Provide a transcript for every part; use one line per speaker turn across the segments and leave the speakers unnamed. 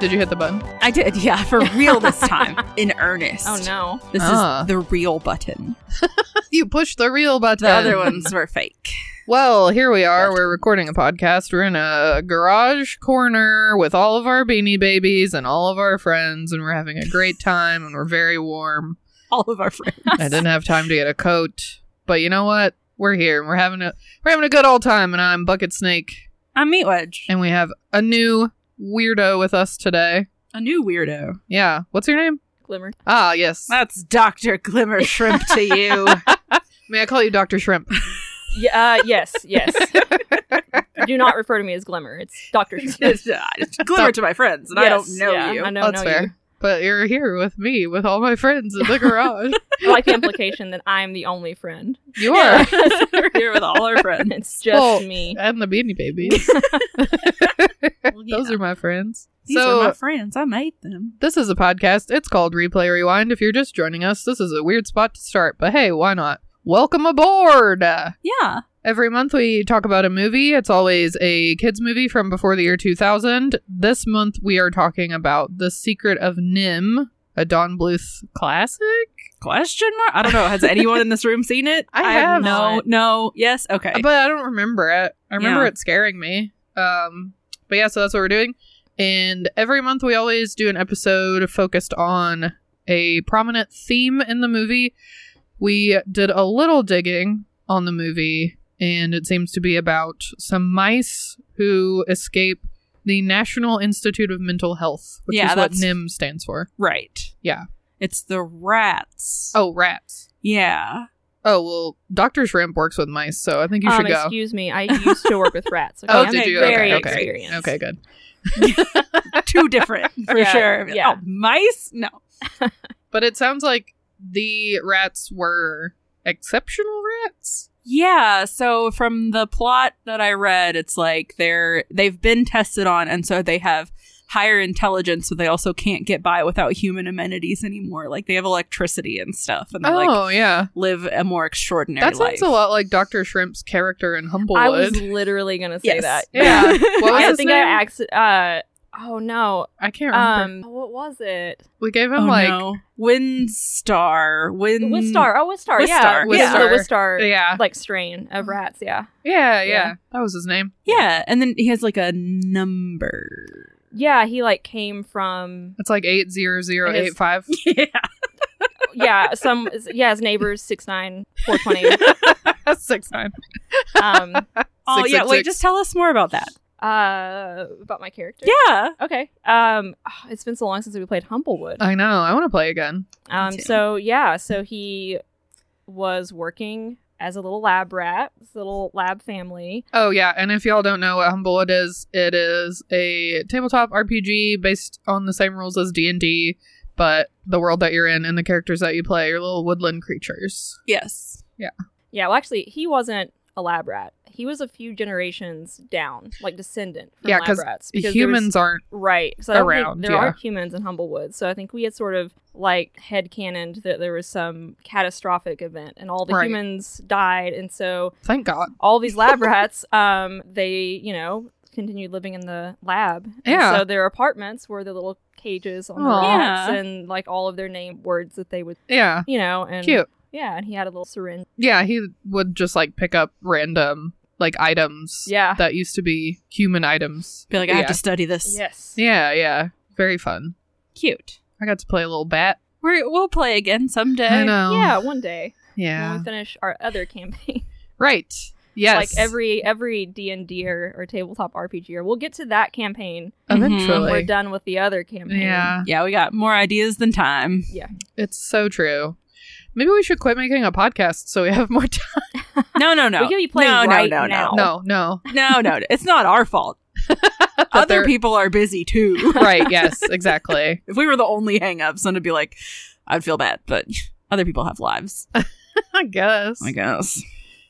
Did you hit the button?
I did, yeah, for real this time, in earnest.
Oh no.
This
Ah.
is the real button.
You pushed the real button.
The other ones were fake.
Well, here we are. We're recording a podcast. We're in a garage corner with all of our beanie babies and all of our friends, and we're having a great time and we're very warm.
All of our friends.
I didn't have time to get a coat, but you know what? We're here and we're having a we're having a good old time. And I'm Bucket Snake,
I'm Meat Wedge,
and we have a new weirdo with us today.
a new weirdo.
Yeah, what's your name?
Glimmer.
Ah, yes.
That's Dr. Glimmer Shrimp to you.
May I call you Doctor Shrimp?
Yeah, uh, yes, yes. Do not refer to me as Glimmer. It's Doctor.
Just, uh, just Glimmer to my friends, and I don't know you.
I don't
That's
know
fair.
you.
But you're here with me, with all my friends in the garage.
I like the implication that I'm the only friend.
you are.
We're here with all our friends.
It's just
Well,
me.
and the Beanie Babies. Those are my friends.
These
so
are my friends. I made them.
this is a podcast. It's called Replay Rewind. If you're just joining us, this is a weird spot to start, but hey, why not? Welcome aboard.
Yeah.
Every month we talk about a movie. It's always a kids movie from before the year 2000. This month we are talking about The Secret of Nim, a Don Bluth classic.
Question mark? I don't know. Has anyone in this room seen it?
I have.
No. No. Yes. Okay.
Uh, but I don't remember it. I remember
Yeah.
it scaring me. Um, but yeah, so that's what we're doing. And every month we always do an episode focused on a prominent theme in the movie. We did a little digging on the movie, and it seems to be about some mice who escape the National Institute of Mental Health, which
Yeah,
is what
that's-
NIM stands for.
right.
Yeah.
It's the rats.
Oh, rats.
Yeah.
Oh well, Doctor Shrimp works with mice, so I think you should
um,
go.
Excuse me. I used to work with rats. Okay?
oh,
Oh, I'm
did you?
Very
Okay, okay,
experienced.
okay, good.
Too different for
Yeah,
sure.
yeah.
Oh, mice? No.
But it sounds like the rats were exceptional rats.
Yeah, so from the plot that I read, it's like they're they've been tested on and so they have higher intelligence, but they also can't get by without human amenities anymore. Like they have electricity and stuff and they like
oh yeah,
live a more extraordinary
that
life.
sounds a lot like Doctor Shrimp's character in
I was
Humblewood.
literally gonna say
Yes.
that.
Yeah. What was
I
his
think
name?
I accident. Uh, oh no.
I, can't remember.
Um, what was it?
we gave him
Oh,
like
no. Windstar. Win
Wistar. Oh, Wistar. Yeah,
Mm. Wistar. Mm.
Wistar.
yeah. The Wistar.
yeah,
Like strain of rats. Yeah.
yeah, yeah,
yeah.
That was his name.
Yeah, and then he has like a number.
Yeah. He like came from
It's like eight zero zero eight five.
Yeah.
yeah, some yeah, his neighbors six nine four twenty.
Six nine.
Um,
Oh
Six,
yeah,
six,
wait,
six.
just tell us more about that.
uh, about my character.
Yeah.
Okay. Um, oh, it's been so long since we played Humblewood.
I know. I want to play again.
Um,
too.
so yeah, so he was working as a little lab rat, this little lab family.
Oh yeah, and if y'all don't know what Humblewood is, it is a tabletop RPG based on the same rules as D and D, but the world that you're in and the characters that you play are little woodland creatures.
Yes.
Yeah. Well, actually, he wasn't a lab rat. He was a few generations down, like descendant from
Yeah,
lab
'cause
rats. because there was-
Humans aren't
Right. So I don't think
Around,
there
yeah.
aren't humans in Humblewood. So I think we had sort of like headcanoned that there was some catastrophic event and all the
Right.
humans died. And so
Thank God.
all these lab rats, um, they, you know, continued living in the lab. And
Yeah.
so their apartments were the little cages on the
Aw.
rocks
Yeah.
and like all of their name words that they would,
Yeah.
you know, and
Cute.
yeah. And he had a little syringe.
Yeah, he would just like pick up random like items
Yeah.
that used to be human items.
Be like, I
yeah.
have to study this.
Yes.
Yeah, yeah. Very fun.
Cute.
I got to play a little bat.
We're, we'll play again someday.
I know.
Yeah. One day
Yeah.
when we finish our other campaign.
Right. Yes.
Like every every D and D or or tabletop RPG or we'll get to that campaign when
eventually.
Mm-hmm. we're done with the other campaign.
Yeah.
Yeah, we got more ideas than time.
It's so true. Maybe we should quit making a podcast so we have more time.
No, no, no.
We could be playing
no,
right
no, no,
now.
No, no.
No, no, no. It's not our fault. Other
they're-
people are busy too.
Right, yes, exactly.
if we were the only hangups, then it'd be like, I'd feel bad, but other people have lives,
I guess.
I guess.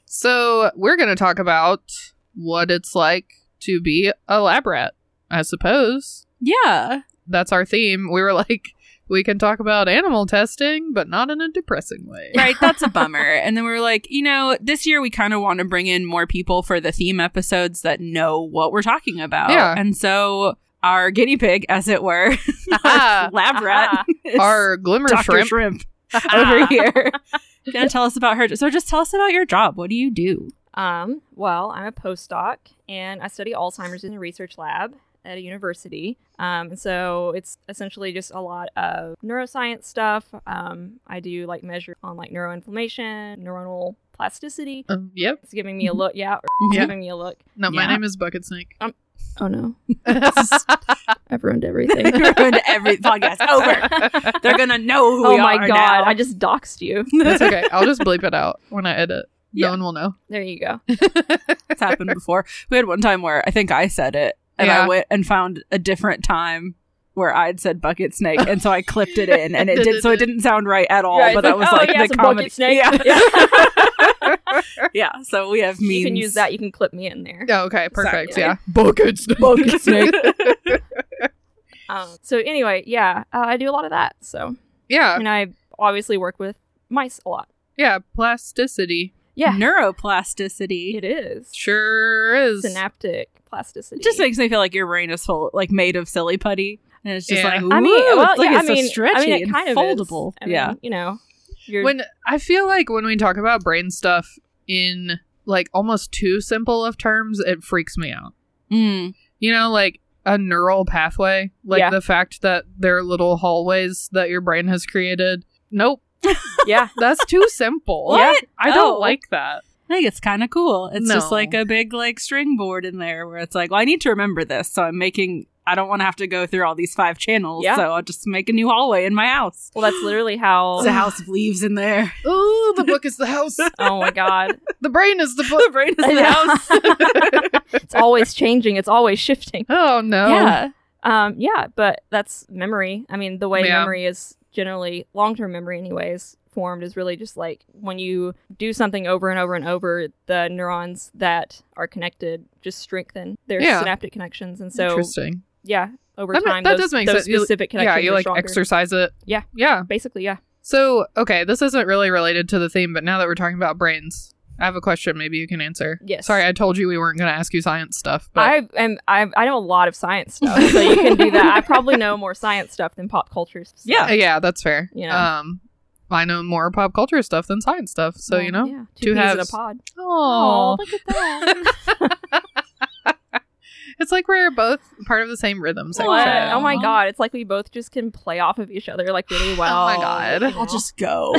So we're going to talk about what it's like to be a lab rat, I suppose.
Yeah.
That's our theme. We were like, we can talk about animal testing, but not in a depressing way.
Right. That's a bummer. and then we were like, you know, this year we kind of want to bring in more people for the theme episodes that know what we're talking about.
Yeah.
And so our guinea pig, as it were, our lab rat, is
Our glimmer
Dr.
shrimp.
Shrimp over here. Gonna tell us about her. So just tell us about your job. What do you do?
Um, well, I'm a postdoc and I study Alzheimer's in the research lab at a university. Um, and so it's essentially just a lot of neuroscience stuff. Um, I do like measure on like neuroinflammation, neuronal plasticity.
Um, yep.
It's giving me a
Mm-hmm.
look. Yeah, it's
Yeah.
giving me a look.
No, my
Yeah.
name is Bucket Snake.
Oh no, I've ruined everything.
You ruined every podcast over. They're gonna know who
oh
we
my
are
god,
now.
I just doxed you.
That's okay. I'll just bleep it out when I edit.
Yeah.
No one will know.
There you go.
it's happened before. We had one time where I think I said it, and I
Yeah.
went and found a different time where I'd said bucket snake, and so I clipped it in, and it did so it didn't sound right at all.
Right,
but
it's
that
like,
was
oh,
like
yeah,
the
it's a bucket
comedy.
snake.
Yeah. yeah. So we have memes.
You can use that. You can clip me in there.
Yeah, okay, perfect.
Sorry.
Yeah. Bucket Snake.
Bucket snake.
Um, so anyway, yeah, uh, I do a lot of that. So
yeah.
and I obviously work with mice a lot.
Yeah. Plasticity.
Yeah,
Neuroplasticity.
it is
Sure is.
synaptic plasticity.
It just makes me feel like your brain is full, like made of silly putty, and it's just
Yeah.
like,
I mean,
"Ooh,
well,
it's like
yeah,
it's
I mean,
so stretchy
I mean, it
and
kind of is.
foldable.
I mean,
yeah.
you know, you're,
when I feel like when we talk about brain stuff in like almost too simple of terms, it freaks me out.
Mm.
You know, like a neural pathway, like
Yeah.
the fact that there are little hallways that your brain has created. Nope,
yeah,
that's too simple.
What?
I don't
Oh.
like that.
I think it's kind of cool. It's just
No.
like a big like string board in there where it's like, well, I need to remember this, so I'm making. I don't want to have to go through all these five channels,
Yeah.
so I'll just make a new hallway in my house.
well, that's literally how.
It's a house of leaves in there.
Ooh, the book is the house.
oh my god,
The brain is the
the
book.
brain is the house.
it's always changing. It's always shifting.
Oh no.
Yeah,
Um, yeah, but that's memory. I mean, the way
Yeah.
memory is generally long term memory, anyways, formed is really just like when you do something over and over and over, the neurons that are connected just strengthen their
Yeah.
synaptic connections, and so
Interesting.
yeah, over
That ma-
time
that
those,
does make
those
sense. You-
specific
Yeah,
connections.
you
are
like
stronger.
exercise it.
Yeah.
Yeah.
basically, yeah.
So, okay, this isn't really related to the theme, but now that we're talking about brains, I have a question maybe you can answer.
Yes.
Sorry, I told you we weren't going to ask you science stuff, but
I am. I, I know a lot of science stuff, so you can do that. I probably know more science stuff than pop culture. Stuff.
Yeah.
Uh, yeah, that's fair.
You know.
Um I know more pop culture stuff than science stuff, so
Well,
you know.
yeah.
two
two peas in a
halves.
pod.
Oh,
look at that!
it's like we're both part of the same rhythm section.
What?
Wow.
Oh my god! It's like we both just can play off of each other like really well.
Oh my God.
you
I'll
know?
just go.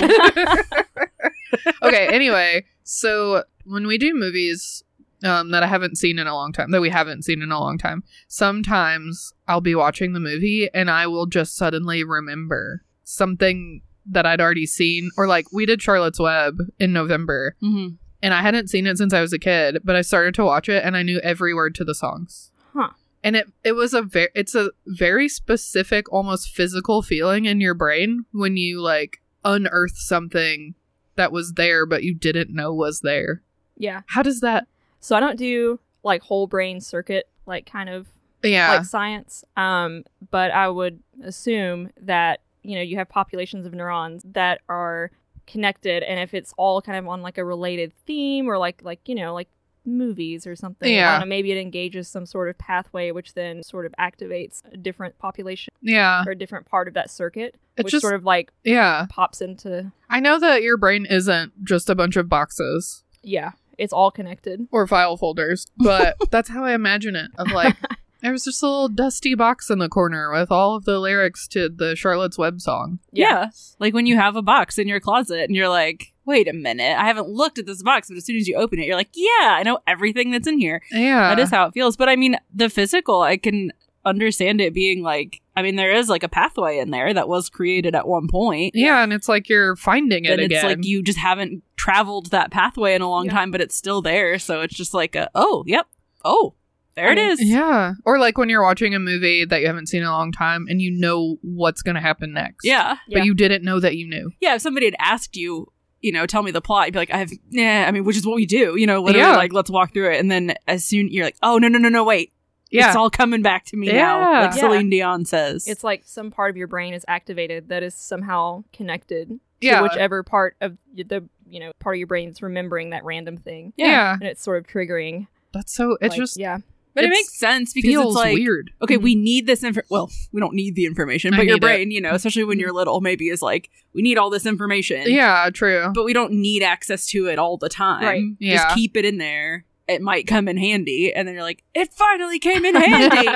okay, anyway, so when we do movies um, that I haven't seen in a long time, that we haven't seen in a long time, sometimes I'll be watching the movie and I will just suddenly remember something that I'd already seen. Or like we did Charlotte's Web in November
hmm
and I hadn't seen it since I was a kid, but I started to watch it and I knew every word to the songs.
Huh.
And it it was a very it's a very specific almost physical feeling in your brain when you like unearth something that was there but you didn't know was there.
yeah.
How does that
So I don't do like whole brain circuit like kind of
Yeah.
like science. Um, but I would assume that you know you have populations of neurons that are connected, and if it's all kind of on like a related theme or like like you know like movies or something, I
Yeah.
don't know, maybe it engages some sort of pathway, which then sort of activates a different population
yeah.
or a different part of that circuit,
It
which
Uh. just-
sort of like
Yeah.
pops into
I know that your brain isn't just a bunch of boxes
yeah, it's all connected.
or file folders, but that's how I imagine it of like there was just a little dusty box in the corner with all of the lyrics to the Charlotte's Web song.
Yeah. like when you have a box in your closet and you're like, wait a minute, I haven't looked at this box, but as soon as you open it, you're like, yeah, I know everything that's in here.
Yeah.
That is how it feels. But I mean, the physical, I can understand it being like, I mean, there is like a pathway in there that was created at one point.
yeah, and it's like you're finding it
And
again.
it's like you just haven't traveled that pathway in a long
Yeah.
time, but it's still there. So it's just like, a, oh, yep. Oh, there it
I mean,
is.
yeah. Or like when you're watching a movie that you haven't seen in a long time and you know what's going to happen next.
Yeah.
But
Yeah.
you didn't know that you knew.
yeah, if somebody had asked you, you know, tell me the plot, you'd be like, I have, yeah, I mean, which is what we do, you know, literally,
Yeah.
like, let's walk through it. And then as soon, you're like, oh, no, no, no, no, wait.
Yeah.
It's all coming back to me
Yeah.
now, like
Yeah.
Celine Dion says.
It's like some part of your brain is activated that is somehow connected
yeah.
to whichever part of y- the you know part of your brain is remembering that random thing,
yeah.
and it's sort of triggering.
That's so, it's
like,
just
yeah,
but it
it's-
makes sense because
feels
it's like,
weird. Mm-hmm.
okay, we need this info. Well, we don't need the information,
I
but your
need it. Mm-hmm.
brain, you know, especially when you're little, maybe is like, we need all this information.
Yeah, true.
But we don't need access to it all the time.
Right.
Yeah.
Just keep it in there. It might come in handy. And then you're like, it finally came in handy.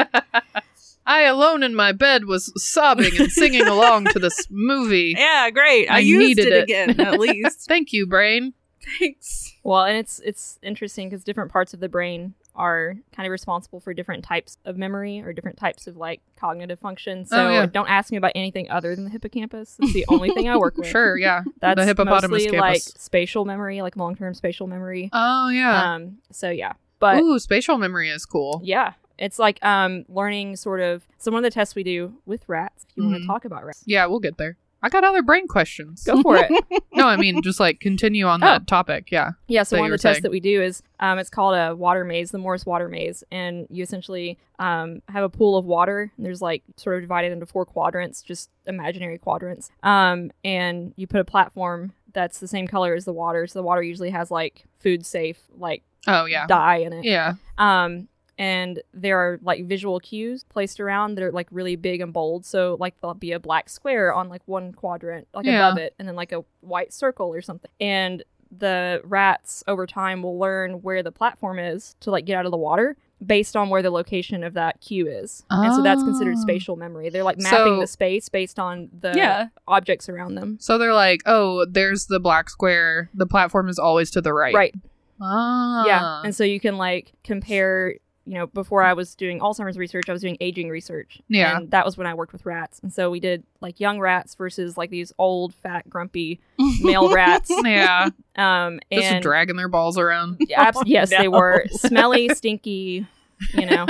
I alone in my bed was sobbing and singing along to this movie.
Yeah, great. I,
I
used
needed
it,
it.
again, at least.
Thank you, brain.
Thanks.
Well, and it's it's interesting because different parts of the brain are kind of responsible for different types of memory or different types of like cognitive functions. So
Oh, yeah.
don't ask me about anything other than the hippocampus. It's the only thing I work with.
Sure, yeah.
That's
the hippopotamus
mostly like
campus.
spatial memory, like long term spatial memory.
oh
uh,
yeah.
Um. So yeah, but
Ooh, spatial memory is cool.
yeah. It's like um, learning sort of some of the tests we do with rats. If you want
Mhm.
to talk about rats,
Yeah, we'll get there. I got other brain questions.
go for it.
no, I mean just like continue on
Oh.
that topic. Yeah.
Yeah, so
that
one
you
of
were
the tests
saying.
that we do is um, it's called a water maze, the Morse water maze, and you essentially um, have a pool of water. And there's like sort of divided into four quadrants, just imaginary quadrants, um, and you put a platform that's the same color as the water. So the water usually has like food safe like
Oh yeah.
dye in it.
Yeah.
Um, and there are like visual cues placed around that are like really big and bold. So like there'll be a black square on like one quadrant, like
Yeah.
above it, and then like a white circle or something. And the rats over time will learn where the platform is to like get out of the water based on where the location of that cue is. And so that's considered
Oh.
spatial memory. They're like mapping
So-
the space based on the
Yeah.
objects around them.
So they're like, oh, there's the black square. The platform is always to the right.
Right.
Ah.
Yeah. And so you can like compare, you know, before I was doing Alzheimer's research, I was doing aging research.
Yeah.
And that was when I worked with rats. And so we did like young rats versus like these old, fat, grumpy male rats.
yeah.
Um, and
Just dragging their balls around.
abs- yes, they
No.
were smelly, stinky, you know,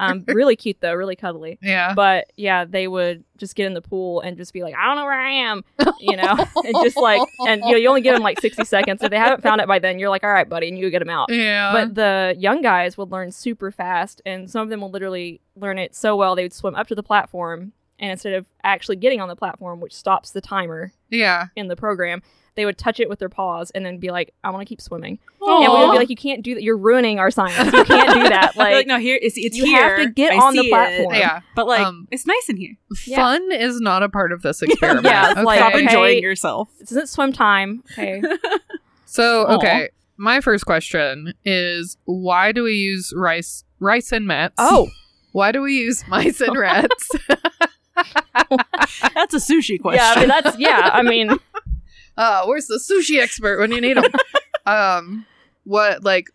um, really cute though, really cuddly.
Yeah.
But yeah, they would just get in the pool and just be like, I don't know where I am, you know, and just like, and you know, you only give them like 60 seconds. If they haven't found it by then, you're like, all right, buddy, and you get them out
yeah.
Uh-huh.
but the young guys would learn super fast and some of them will literally learn it so well they would swim up to the platform and instead of actually getting on the platform which stops the timer
yeah.
in the program they would touch it with their paws and then be like i want to keep swimming and we would
Aw.
be like you can't do that you're ruining our science you can't do that
Like,
like,
no, here it's it's
you
here.
have to get
I
on the
see it.
platform.
Yeah.
But like,
Um,
it's nice in here.
Yeah.
Fun is not a part of this experiment.
Yeah, it's
okay?
like-
Stop
okay.
enjoying yourself.
this isn't swim time okay
So
Aw.
okay, my first question is why do we use rice rice and mets?
Oh.
why do we use mice and rats?
That's a sushi Oh, question.
yeah i mean that's yeah i mean
uh, where's the sushi expert when you need him? um, what like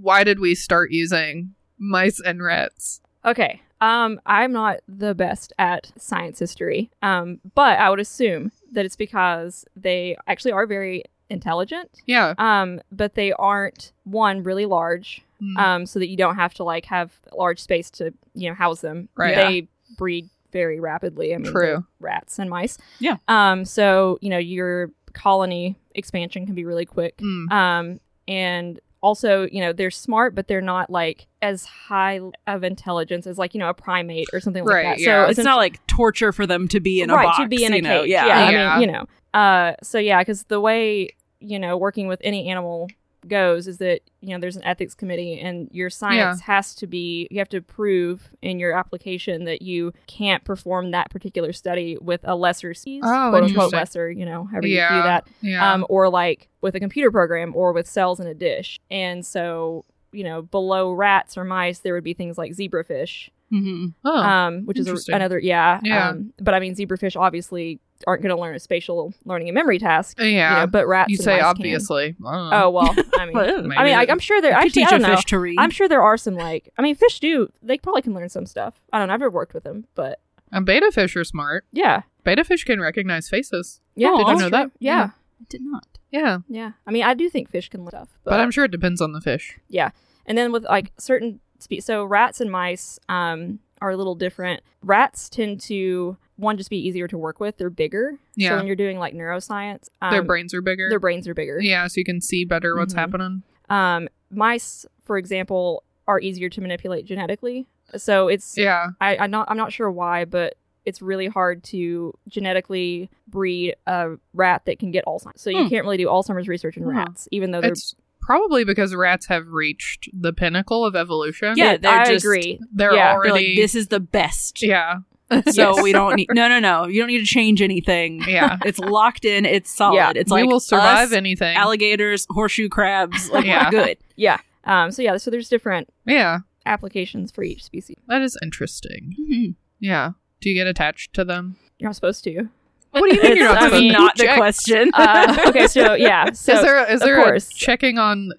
why did we start using mice and rats?
Okay. Um, I'm not the best at science history, um, but I would assume that it's because they actually are very intelligent,
Yeah,
um, but they aren't one really large,
Mm.
um, so that you don't have to like have a large space to you know house them.
Right.
They breed very rapidly. I mean,
True.
they're rats and mice.
Yeah.
Um, so you know your colony expansion can be really quick.
Mm.
Um, and also, you know, they're smart, but they're not like as high of intelligence as like you know a primate or something like
Right,
that.
yeah.
So
it's not like torture for them to be in a
right
box.
to be in
you
a
know?
cage.
Yeah.
yeah,
Yeah.
I mean, you know. Uh, so yeah, because the way you know working with any animal goes is that you know there's an ethics committee and your science has to be you have to prove in your application that you can't perform that particular study with a lesser species
Oh,
quote unquote
interesting.
lesser you know however you
Yeah.
do that
yeah,
um, or like with a computer program or with cells in a dish. And so, you know, below rats or mice, there would be things like zebrafish,
Mhm.
oh,
um, which is a,
interesting.
another, yeah.
Yeah.
Um, but I mean, zebrafish obviously aren't going to learn a spatial learning and memory task. you
Yeah.
know, but rats.
you
and
say
mice can.
obviously. Uh-huh.
Oh well, I mean, I mean, like, I'm sure there.
I
Actually,
teach
I don't
a
know.
fish to read.
I'm sure there are some like. I mean, fish do. They probably can learn some stuff. I don't. know. I've never worked with them, but
and beta fish are smart.
yeah,
Beta fish can recognize faces.
yeah.
Did you
that's
know
true.
that?
Yeah,
I did not.
Yeah,
yeah. I mean, I do think fish can learn stuff,
but, I'm sure it depends on the fish.
Yeah. And then with like certain spe- so rats and mice um are a little different. Rats tend to one just be easier to work with. They're bigger.
Yeah.
So when you're doing like neuroscience, um,
their brains are bigger.
their brains are bigger.
Yeah, so you can see better what's
Mhm.
happening.
Um mice, for example, are easier to manipulate genetically. So it's
Yeah.
I, I'm not I'm not sure why, but it's really hard to genetically breed a rat that can get Alzheimer's. So you
Hmm.
can't really do Alzheimer's research in
Huh.
rats, even though they're
It's probably because rats have reached the pinnacle of evolution.
Yeah, they're
I
just-
agree.
They're
yeah.
They're like,
already
this is the best.
Yeah.
So
Yes.
we don't need. No, no, no. You don't need to change anything.
Yeah.
It's locked in. It's solid.
Yeah.
It's
we
like
will survive
us,
anything.
alligators, horseshoe crabs. Like
Yeah.
we're good.
Yeah. Um so yeah, so there's different
yeah.
applications for each species.
That is interesting.
Mm-hmm.
Yeah. Do you get attached to them?
You're not supposed to.
What do you mean you're not
It's- I
That's
supposed
mean,
to
not the
check?
question.
Uh, okay, so yeah, so
is there a, is
of
there a
course.
checking on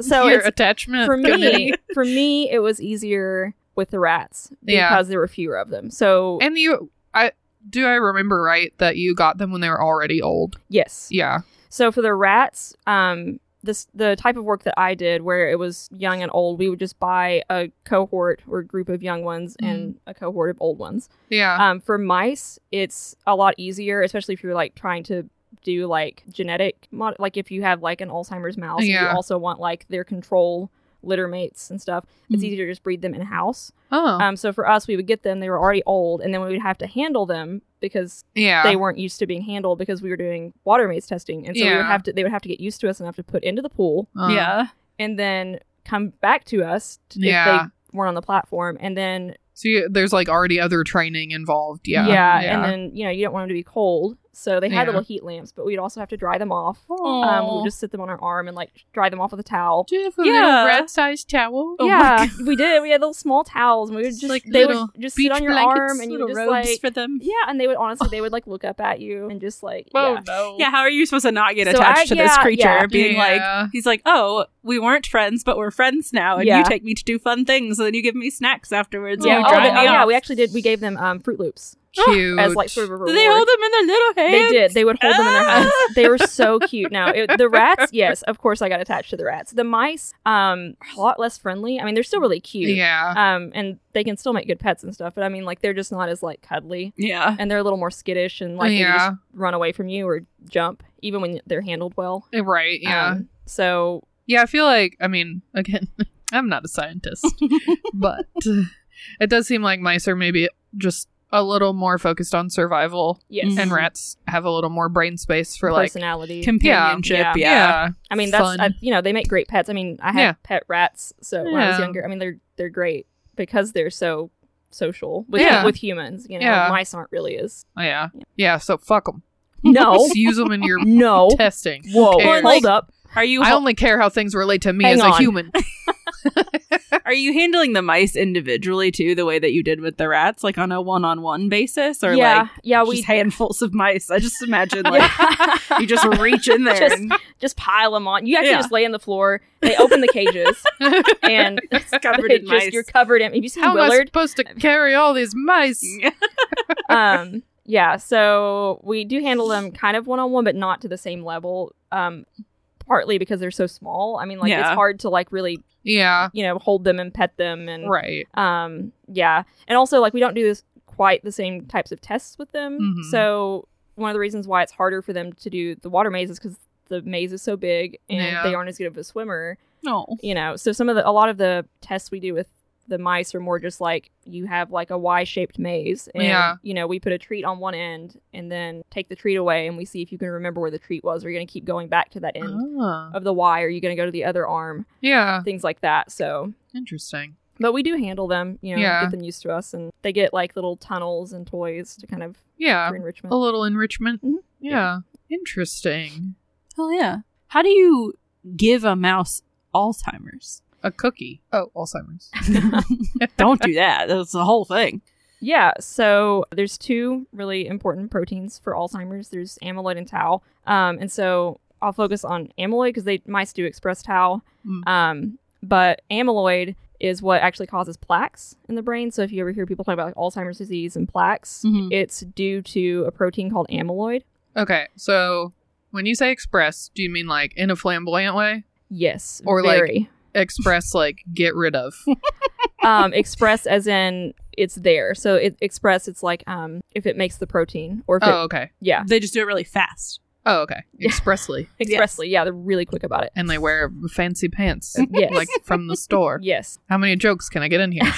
so
your
it's,
attachment
for
committee?
me, for me, it was easier with the rats because
Yeah.
there were fewer of them. So
And you, I do I remember right that you got them when they were already old?
yes,
Yeah.
so for the rats, um, this the type of work that I did where it was young and old. We would just buy a cohort or group of young ones and a cohort of old ones.
Yeah.
Um, for mice, it's a lot easier, especially if you're like trying to do like genetic mod- like if you have like an Alzheimer's mouse,
Yeah.
you also want like their control litter mates and stuff. It's
Mhm.
easier to just breed them in house.
Mm. oh.
Um, so for us, we would get them; they were already old, and then we would have to handle them because
yeah.
they weren't used to being handled because we were doing water mates testing, and so we would
Yeah.
have to they would have to get used to us enough to put into the pool
Uh,
yeah.
and then come back to us to,
Yeah.
if they weren't on the platform, and then
So you, there's like already other training involved. Yeah.
yeah, and then you know you don't want them to be cold, so they had
Yeah.
little heat lamps, but we'd also have to dry them off. Um, we
Aw.
would just sit them on our arm and like dry them off with a towel.
do you have a
Yeah.
little red sized towel?
Oh my
yeah, we did. We had little small towels, and we would
Just
just
like
they
little
would just sit
beach
on your
blankets,
arm, and you
Little
would just
robes
like
for them.
yeah, and they would honestly they would like look up at you and just like
Oh
yeah.
no.
Yeah, how are you supposed to not get
So
attached
I-
to this
yeah,
creature?
yeah.
Being
Yeah.
like, he's like, oh, we weren't friends, but we're friends now, and
Yeah.
you take me to do fun things, and then you give me snacks afterwards.
yeah.
and
Oh,
you dry
they-
me
oh, yeah,
off.
we actually did. We gave them um, Fruit Loops
Cute.
as like sort of a reward.
Did they hold them in their little
They
hands?
did. They would hold them in their hands.
Ah!
They were so cute. Now it, the rats, yes, of course, I got attached to the rats. The mice, um, are a lot less friendly. I mean, they're still really cute.
yeah.
Um, and they can still make good pets and stuff, but I mean, like they're just not as like cuddly,
Yeah.
and they're a little more skittish and like they
Yeah.
just run away from you or jump, even when they're handled well.
right. Yeah.
Um, so
Yeah, I feel like I mean, again, I'm not a scientist, but uh, it does seem like mice are maybe just a little more focused on survival,
yes,
Mhm.
and rats have a little more brain space for like,
personality.
Companionship.
Yeah.
Yeah.
yeah,
I mean, that's
fun.
I, you know they make great pets. I mean, I had
Yeah.
pet rats, so when I was
Yeah.
younger, I mean they're they're great because they're so social with
Yeah.
with humans. You know,
Yeah.
mice aren't really as
Oh, yeah, yeah. So fuck them.
no
Just use them in your
no.
testing.
Whoa,
Who
hold
cares?
up.
Are you
I only care how things relate to me
Hang
as a
on.
human.
are you handling the mice individually too, the way that you did with the rats, like on a one on one basis, or
yeah,
like
yeah, we
just handfuls of mice? I just imagine like you just reach in there.
Just-
and
just pile them on. You actually
Yeah.
just lay on the floor. They open the cages and
it's covered
they
in
just-
mice.
You're covered in. Have you seen
How am I
Willard?
supposed to carry all these mice?
um, yeah. So we do handle them kind of one on one, but not to the same level. Um, partly because they're so small. I mean, like
Yeah.
it's hard to like really
Yeah,
you know hold them and pet them and
right.
um yeah and also like we don't do this quite the same types of tests with them
Mhm.
so one of the reasons why it's harder for them to do the water maze is because the maze is so big and
Yeah.
they aren't as good of a swimmer
No.
you know so some of the a lot of the tests we do with the mice are more just like you have like a y-shaped maze and
Yeah.
you know we put a treat on one end and then take the treat away and we see if you can remember where the treat was are you going to keep going back to that end
Ah,
of the y are you going to go to the other arm
yeah,
things like that so
interesting.
but we do handle them, you know,
Yeah.
get them used to us, and they get like little tunnels and toys to kind of
Yeah,
for enrichment.
a little enrichment.
Mhm.
Yeah, interesting.
Oh yeah. How do you give a mouse Alzheimer's?
A cookie. Oh, Alzheimer's.
Don't do that. That's the whole thing.
Yeah, so there's two really important proteins for Alzheimer's. There's amyloid and tau. Um, and so I'll focus on amyloid because they mice do express tau.
Mm.
Um, but amyloid is what actually causes plaques in the brain. So if you ever hear people talk about like, Alzheimer's disease and plaques,
Mm-hmm.
Mhm.
it's due to a protein called amyloid.
Okay, so when you say express, do you mean like in a flamboyant way?
Yes,
Or, like-
very.
Express like get rid of.
um, express as in it's there. So it express it's like um, if it makes the protein or if
Oh,
it,
okay.
yeah,
They just do it really fast.
Oh, okay. Expressly.
expressly. Yeah, they're really quick about it.
And they wear fancy pants.
Yes.
Like from the store.
Yes.
How many jokes can I get in here?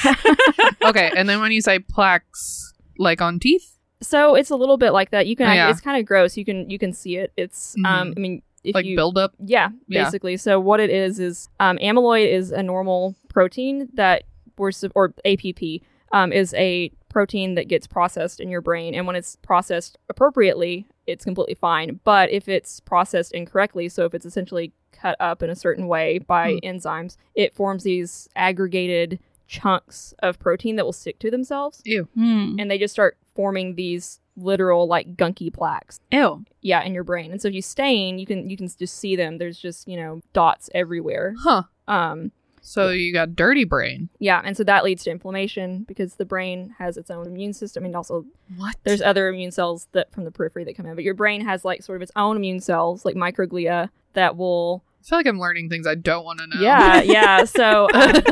okay, and then when you say plaques like on teeth?
So it's a little bit like that. You can.
Oh, Yeah.
It's kind of gross. You can. You can see it. It's. Um.
Mhm.
I mean, if
Like
you.
build up?
yeah.
Yeah.
Basically. So what it is is um, amyloid is a normal protein that we're sup- or APP um, is a protein that gets processed in your brain, and when it's processed appropriately, it's completely fine. But if it's processed incorrectly, so if it's essentially cut up in a certain way by
Hmm.
enzymes, it forms these aggregated chunks of protein that will stick to themselves
Ew.
Mm.
and they just start forming these literal like gunky plaques
Ew.
yeah in your brain and so if you stain you can you can just see them there's just you know dots everywhere
Huh.
um
So you got dirty brain.
yeah and so that leads to inflammation because the brain has its own immune system and also
What?
there's other immune cells that from the periphery that come in but your brain has like sort of its own immune cells like microglia that will
I feel like I'm learning things I don't want to know.
yeah yeah so um,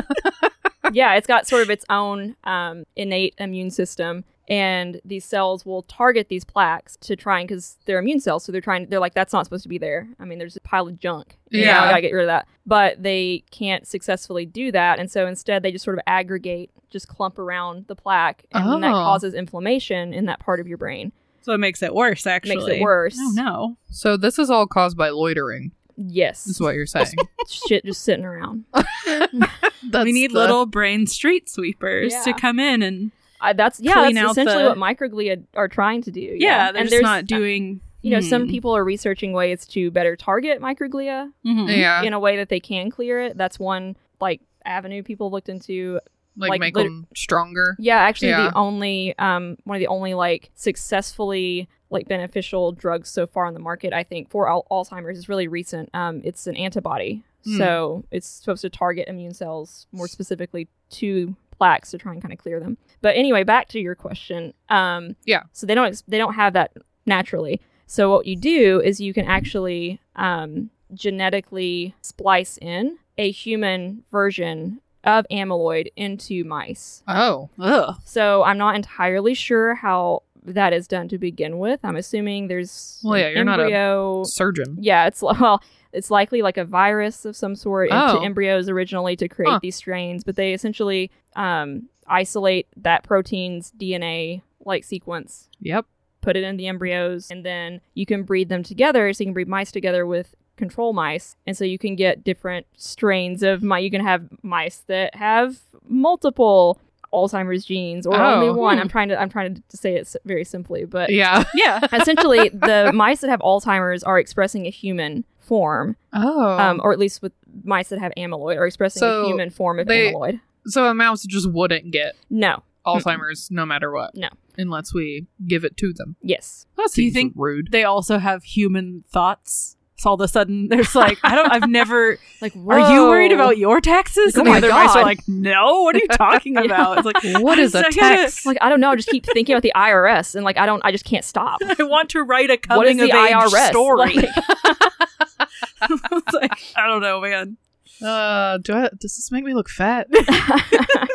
yeah it's got sort of its own um, innate immune system and these cells will target these plaques to try and because they're immune cells so they're trying they're like that's not supposed to be there i mean there's a pile of junk you know,
Yeah.
i gotta get rid of that but they can't successfully do that and so instead they just sort of aggregate just clump around the plaque and then that
Oh.
causes inflammation in that part of your brain
So it makes it worse, actually.
makes it worse
Oh, no.
So this is all caused by loitering,
yes
is what you're saying.
shit just sitting around
That's
we need
the-
little brain street sweepers
Yeah.
to come in and,
I, that's yeah
Clean
that's
out
essentially
the-
what microglia are trying to do yeah,
yeah, they're
and
just
there's
not doing.
you know some
Hmm.
people are researching ways to better target microglia
Mhm.
Yeah.
in a way that they can clear it that's one like avenue people looked into
like,
like,
make
lit-
them stronger.
yeah actually
Yeah.
the only um one of the only like successfully like beneficial drugs so far on the market i think for al- alzheimer's is really recent um it's an antibody
Hmm.
so it's supposed to target immune cells more specifically to plaques to try and kind of clear them but anyway back to your question um
Yeah.
so they don't ex- they don't have that naturally so what you do is you can actually um, genetically splice in a human version of amyloid into mice.
Oh.
Ugh.
So I'm not entirely sure how that is done to begin with. I'm assuming there's
Well, yeah,
an
you're not a-
embryo.
Surgeon.
yeah, it's well, it's likely like a virus of some sort
Oh.
into embryos originally to create
Huh.
these strains, but they essentially um, isolate that protein's DNA like sequence
Yep.
put it in the embryos, and then you can breed them together. So you can breed mice together with control mice, and so you can get different strains of mice. You can have mice that have multiple Alzheimer's genes or
Oh.
only one.
Hmm.
I'm trying to I'm trying to say it s- very simply, but
Yeah.
Yeah.
essentially the mice that have Alzheimer's are expressing a human form,
Oh.
um, or at least with mice that have amyloid are expressing
So
a human form of
they-
amyloid.
so a mouse just wouldn't get
No.
Alzheimer's no matter what.
No.
Unless we give it to them.
Yes.
That
Do you
seems
think-
rude?
They also have human thoughts. So all of a sudden, there's like, I don't, I've never.
Like,
Are you
whoa.
worried about your taxes? and
Like, oh
the
my
other mice
God.
are like, no, what are you talking about? It's like,
What is a
I gotta-
tax?
Like I don't know. I just keep thinking about the IRS, and like I don't. I just can't stop.
I want to write a
what
coming
is the
of age
IRS
story.
Like,
It's like, I don't know, man.
uh, do I, does this make me look fat?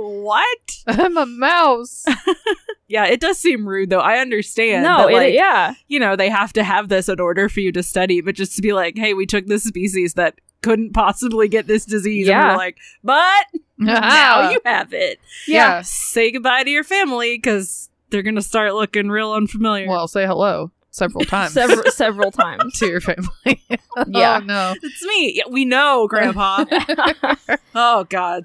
What?
I'm a mouse.
Yeah, it does seem rude though. I understand.
no,
that,
it,
like,
yeah,
you know, they have to have this in order for you to study, but just to be like, hey, we took this species that couldn't possibly get this disease. And
Yeah.
we're like, but now you have it.
Yeah.
Say goodbye to your family because they're going to start looking real unfamiliar.
Well, say hello several times
several several times.
to your family.
Yeah.
Oh, no.
it's me. Yeah, we know, Grandpa. oh, God.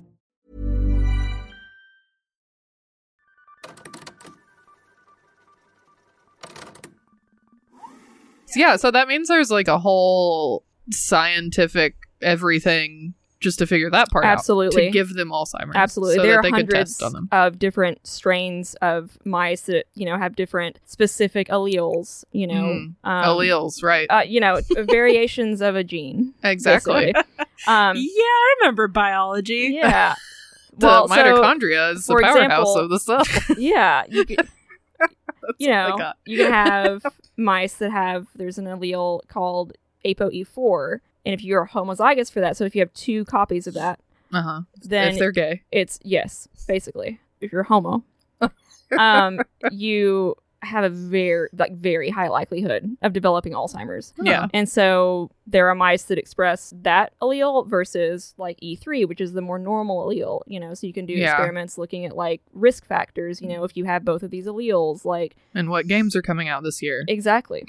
So, yeah, so that means there's like a whole scientific everything just to figure that part out.
Absolutely.
To give them Alzheimer's.
Absolutely.
So
there
that
are
they could
hundreds
test on them.
of different strains of mice that, you know, have different specific alleles, you know.
Mhm.
um,
Alleles, right.
Uh, you know, variations of a gene.
exactly.
basically. Um,
yeah, I remember biology.
yeah.
The
well, so-
mitochondria is the
for
powerhouse
example-
of the cell.
yeah, you could, you
what I
know,
got.
you can have mice that have there's an allele called ApoE4, and if you're homozygous for that, so if you have two copies of that,
Uh-huh.
then
if they're gay.
it's yes, basically, if you're homo, um, you have a very like very high likelihood of developing Alzheimer's.
Yeah.
And so there are mice that express that allele versus like E3, which is the more normal allele, you know. So you can do
Yeah.
experiments looking at like risk factors, you know, if you have both of these alleles, like
And what games are coming out this year?
exactly.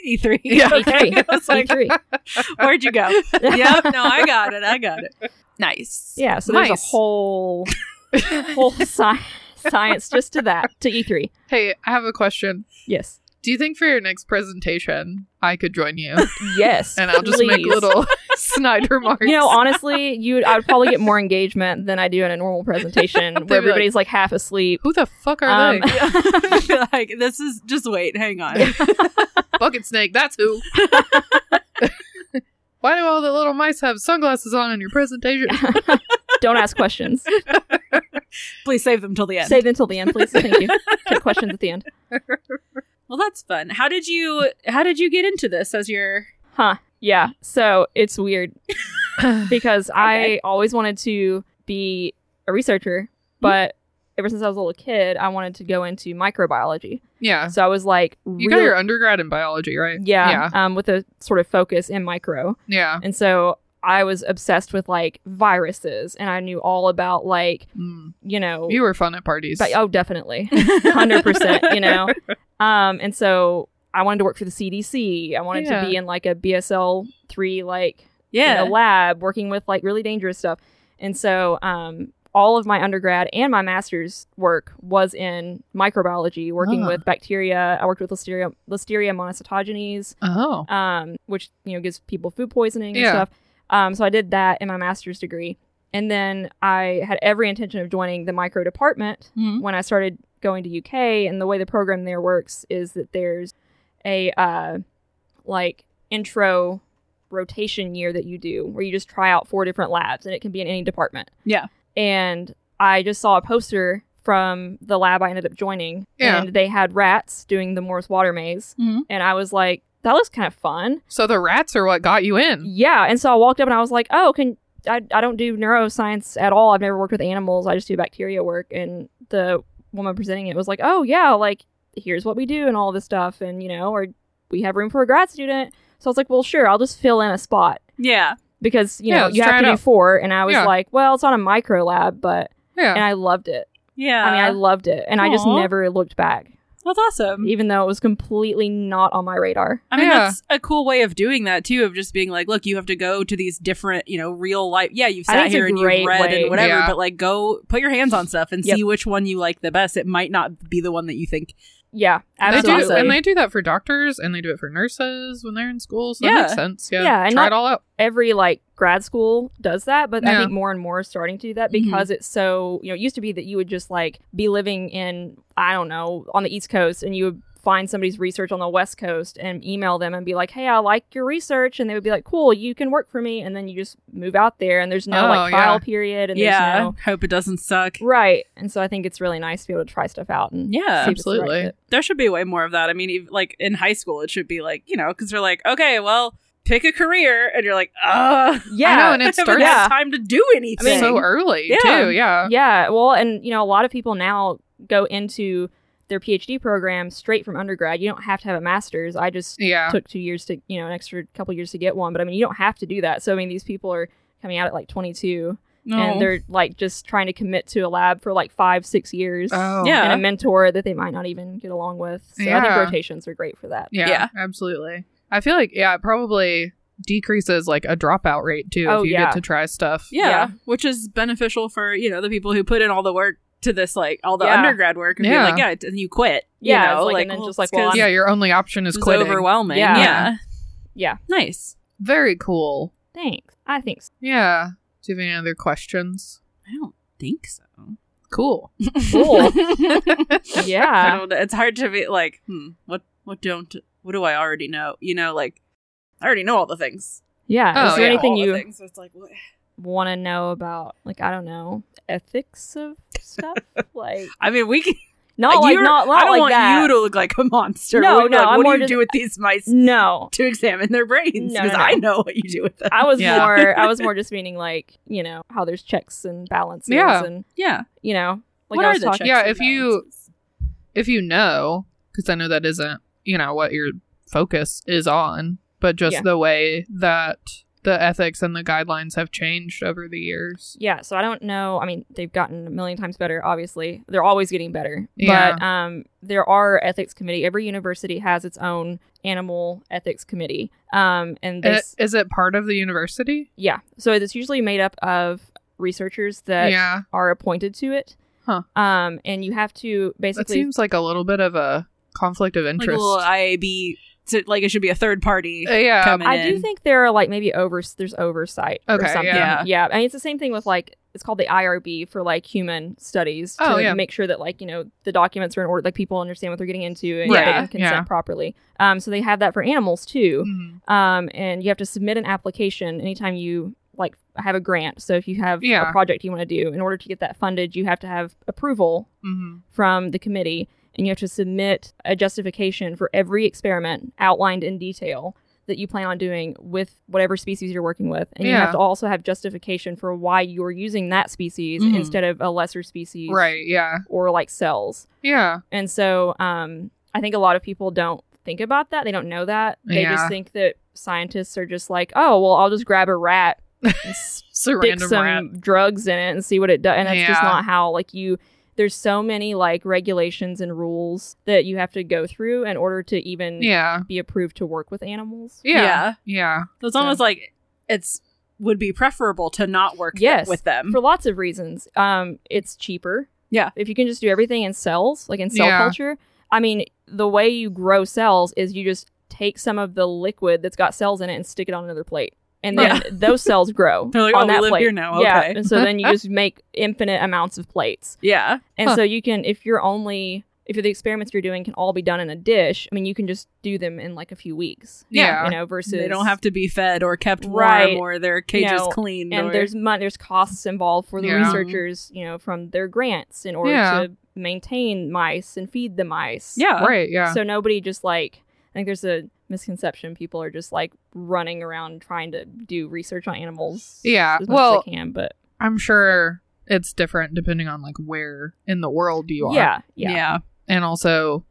E3.
Yeah.
E
Okay. I was like,
E3.
E Where'd you go? yep. No, I got it. I got it. Nice.
Yeah, so there's a
Mice.
whole whole sci- science just to that, to E3.
Hey, I have a question.
Yes.
Do you think for your next presentation I could join you?
Yes.
And I'll just make
please.
little snide remarks.
You know, honestly, you I would probably get more engagement than I do in a normal presentation
be
where
like,
everybody's like half asleep.
Who the fuck are
Um,
they?
I feel like this is just wait. Hang on.
Bucket snake, that's who. Why do all the little mice have sunglasses on in your presentation?
Don't ask questions.
Please save them till the end.
Save them till the end, please. Thank you. Take questions at the end.
well, that's fun. How did you? How did you get into this as your?
Huh. Yeah. So it's weird because I always wanted to be a researcher,
Mm-hmm.
but ever since I was a little kid, I wanted to go into microbiology.
yeah.
So I was like,
Uh, You got
real-
your undergrad in biology, right?
yeah, um, with a sort of focus in micro.
Yeah.
And so I was obsessed with like viruses and I knew all about like,
yeah. Mm.
you know,
You were fun at parties.
But, oh, definitely, hundred percent. You know, um, and so I wanted to work for the CDC. I wanted
Yeah.
to be in like a BSL three like you
Yeah.
know, lab working with like really dangerous stuff. And so um, all of my undergrad and my master's work was in microbiology, working
Ah.
with bacteria. I worked with Listeria, Listeria monocytogenes,
oh.
um, which you know gives people food poisoning and
Yeah.
stuff. Um, so I did that in my master's degree, and then I had every intention of joining the micro department
Mhm.
when I started going to UK. And the way the program there works is that there's a uh, like intro rotation year that you do where you just try out four different labs, and it can be in any department.
Yeah.
And I just saw a poster from the lab I ended up joining,
Yeah.
and they had rats doing the Morse water maze,
Mhm.
and I was like, that looks kind of fun.
So the rats are what got you in.
Yeah, and so I walked up and I was like, "Oh, can I? I don't do neuroscience at all. I've never worked with animals. I just do bacteria work." And the woman presenting it was like, "Oh yeah, like here's what we do and all this stuff, and you know, or we have room for a grad student." So I was like, "Well, sure, I'll just fill in a spot
Yeah.
because you
Yeah,
know
let's
you
try
have
it
to do
out."
four. And I was
Yeah.
like, "Well, it's on a micro lab, but," and
Yeah.
I loved it.
Yeah.
I mean, I loved it, and I just
Aw.
never looked back,
that's awesome.
even though it was completely not on my radar.
I mean,
Yeah.
that's a cool way of doing that too, of just being like, look, you have to go to these different, you know, real life. Yeah, you've
I
sat
think it's a
here and you've
great
read
way.
and whatever,
Yeah.
but like, go put your hands on stuff and
Yep.
see which one you like the best. It might not be the one that you think
Yeah,
They
absolutely.
do, and they do that for doctors and they do it for nurses when they're in school. So that
Yeah.
makes sense. Yeah.
Yeah, and
Try
not-
it all out.
every like grad school does that, but I
Yeah. Mm-hmm.
think more and more is starting to do that
Mhm.
because it's so you know it used to be that you would just like be living in I don't know on the East Coast and you would find somebody's research on the West Coast and email them and be like, hey, I like your research, and they would be like, cool, you can work for me, and then you just move out there and there's no
Oh,
like
yeah.
trial period and
yeah.
there's
Hope it doesn't suck.
no right, and so I think it's really nice to be able to try stuff out and
Yeah,
see if it's the right
absolutely.
fit.
There should be way more of that. I mean, ev- like in high school, it should be like, you know, because they're like, okay, well, pick a career. And you're like, ugh.
Yeah,
I know, and
I
it
haven't
starts
had time to do
I
anything.
mean-
so early
Yeah.
too. Yeah.
yeah well and you know a lot of people now go into their phd program straight from undergrad you don't have to have a master's i just
Yeah.
took two years to you know an extra couple years to get one but i mean you don't have to do that so i mean these people are coming out at like 22
no.
and they're like just trying to commit to a lab for like five six years
Oh.
Yeah.
and a mentor that they might not even get along with so i think
Yeah.
rotations are great for that
Yeah,
Yeah.
absolutely. I feel like yeah, it probably decreases like a dropout rate too
Oh,
if you
yeah.
get to try stuff.
yeah,
yeah.
which is beneficial for, you know, the people who put in all the work to this, like all the
Yeah.
undergrad work. And
Yeah.
yeah. Like, yeah, and you quit. you
Yeah, it's
know,
like- and then just like,
it's
well,
'cause
Yeah, your only option is
it's
quitting.
overwhelming.
Yeah.
Yeah.
yeah
Nice.
Very cool.
thanks i think so.
Yeah. Do you have any other questions?
I don't think so.
Uh,
Cool.
cool
I
yeah
don't know. It's hard to be like, hmm, what, what don't, what do I already know? You know, like, I already know all the things.
yeah
Oh,
is there
yeah.
anything
all the
you
things, so it's like, what?
want to know about like I don't know ethics of stuff like
I mean, we can.
not like
Uh, You're-
not, not
I don't
like
want
that.
you to look like a monster.
No,
We'd be
no,
Like,
I'm
what do
more
you
just-
do with these mice
no
to examine their brains?
No,
Because
no, no.
I know what you do with them.
I was
Yeah.
more I was more just meaning like you know how there's checks and balances
Yeah.
and
yeah.
you know like
What
I
are
was
the
talking
checks?
yeah,
and
if you
balances.
if you know, because I know that isn't you know what your focus is on, but just
Yeah.
the way that the ethics and the guidelines have changed over the years.
yeah so I don't know I mean they've gotten a million times better obviously they're always getting better
Yeah.
but um there are ethics committee every university has its own animal ethics committee um
And
and they
it- Is it part of the university?
Yeah. So it's usually made up of researchers that
Yeah.
are appointed to it.
Huh.
Um, and you have to
That
basically.
seems like a little bit of a conflict of
like
interest.
a little IAB, so, like it should be a third party.
Uh, yeah.
coming
I do
in.
think there are like maybe over there's oversight or
Okay,
something.
yeah.
yeah. I mean, it's the same thing with like it's called the IRB for like human studies to
Oh,
like,
yeah.
make sure that like you know the documents are in order, like people understand what they're getting into and
Right.
they can consent
Yeah.
properly. Um, so they have that for animals too.
Mhm.
um, and you have to submit an application anytime you like have a grant. So if you have a
Yeah.
project you want to do, in order to get that funded, you have to have approval
Mhm.
from the committee, and you have to submit a justification for every experiment outlined in detail that you plan on doing with whatever species you're working with, and you have
Yeah.
to also have justification for why you're using that species
Mhm.
instead of a lesser species,
Mm-hmm. Right. Yeah.
Or like cells.
Yeah.
And so um, I think a lot of people don't think about that. They don't know that. They just
Yeah.
think that scientists are just like, oh, well, I'll just grab a rat, and stick
It's a random
some
rat.
drugs in it, and see what it does. And that's just
Yeah.
not how, like, you. There's so many like regulations and rules that you have to go through in order to even
Yeah.
be approved to work with animals.
Yeah.
Yeah.
Yeah.
So it's almost like it's would be preferable to not work th-
Yes,
with them.
for lots of reasons. Um, it's cheaper.
Yeah.
if you can just do everything in cells, like in cell
Yeah.
culture. I mean, the way you grow cells is you just take some of the liquid that's got cells in it and stick it on another plate, and then
Yeah.
those cells grow
They're like,
on
"Oh, we
that
live
plate.
here now,
Yeah,
okay.
and so then you just make infinite amounts of plates,
yeah.
and
Huh.
so you can if you're only if the experiments you're doing can all be done in a dish, I mean, you can just do them in like a few weeks.
Yeah.
you know, versus
They don't have to be fed or kept
Right.
warm or their cages
know,
cleaned.
and
or-
there's money there's costs involved for the
Yeah.
researchers you know from their grants in order
Yeah.
to maintain mice and feed the mice
yeah,
Right. Yeah.
so nobody just like i think there's a misconception people are just like running around trying to do research on animals
Yeah,
as much
well,
as they can but
I'm sure it's different depending on like where in the world you are.
yeah yeah,
yeah.
And also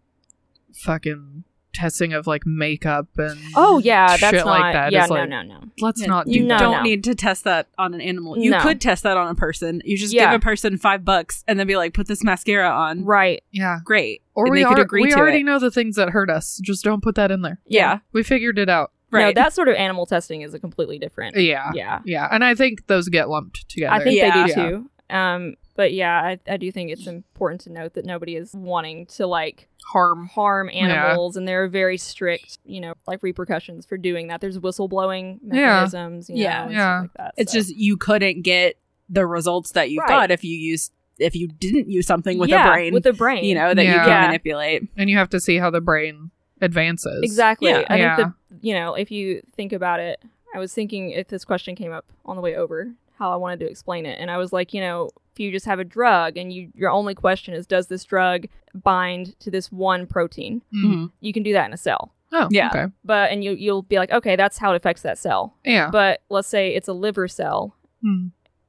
fucking testing of like makeup and
oh yeah that's
shit
not
like that
yeah
is
no
like
no no
let's
Yeah,
not do
you No,
that.
don't
no.
need to test that on an animal. You
No.
could test that on a person. You just
Yeah.
give a person five bucks and then be like, put this mascara on.
right
Yeah.
Great.
Or
And
we
they could
are-
agree
we
to
already
it.
know the things that hurt us. Just don't put that in there.
Yeah.
We figured it out. Uh,
no
Right.
that sort of animal testing is a completely different
Yeah.
yeah
Yeah. And I think those get lumped together.
I think
Yeah.
they do
Yeah.
too. Um, but But yeah, I, I do think it's important to note that nobody is wanting to like
Harm.
harm animals, and there are very strict, you know, like repercussions for doing that. There's whistleblowing
Yeah.
mechanisms, you
Yeah.
know, and
Yeah.
stuff like that.
It's
so.
just you couldn't get the results that you
Right.
got if you used if you didn't use something with
yeah,
a brain,
with a brain,
you know, that you
Yeah.
can
Yeah.
manipulate.
And you have to see how the brain advances.
Exactly.
Yeah.
I
Yeah.
think that you know, if you think about it, I was thinking if this question came up on the way over, how I wanted to explain it, and I was like, you know, if you just have a drug and you your only question is, does this drug bind to this one protein?
Mhm.
You can do that in a cell,
Oh,
Yeah.
Okay.
but and you you'll be like, okay, that's how it affects that cell.
Yeah.
But let's say it's a liver cell,
Hmm.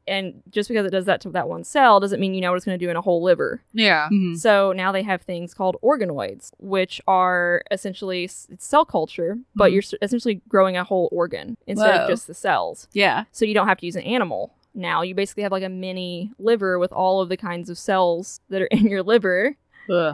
and just because it does that to that one cell doesn't mean you know what it's going to do in a whole liver.
yeah.
Mhm.
So now they have things called organoids, which are essentially s- it's cell culture, but
Mhm.
you're s- essentially growing a whole organ instead
Mm. Whoa.
of just the cells.
Yeah.
So you don't have to use an animal. Now you basically have like a mini liver with all of the kinds of cells that are in your liver.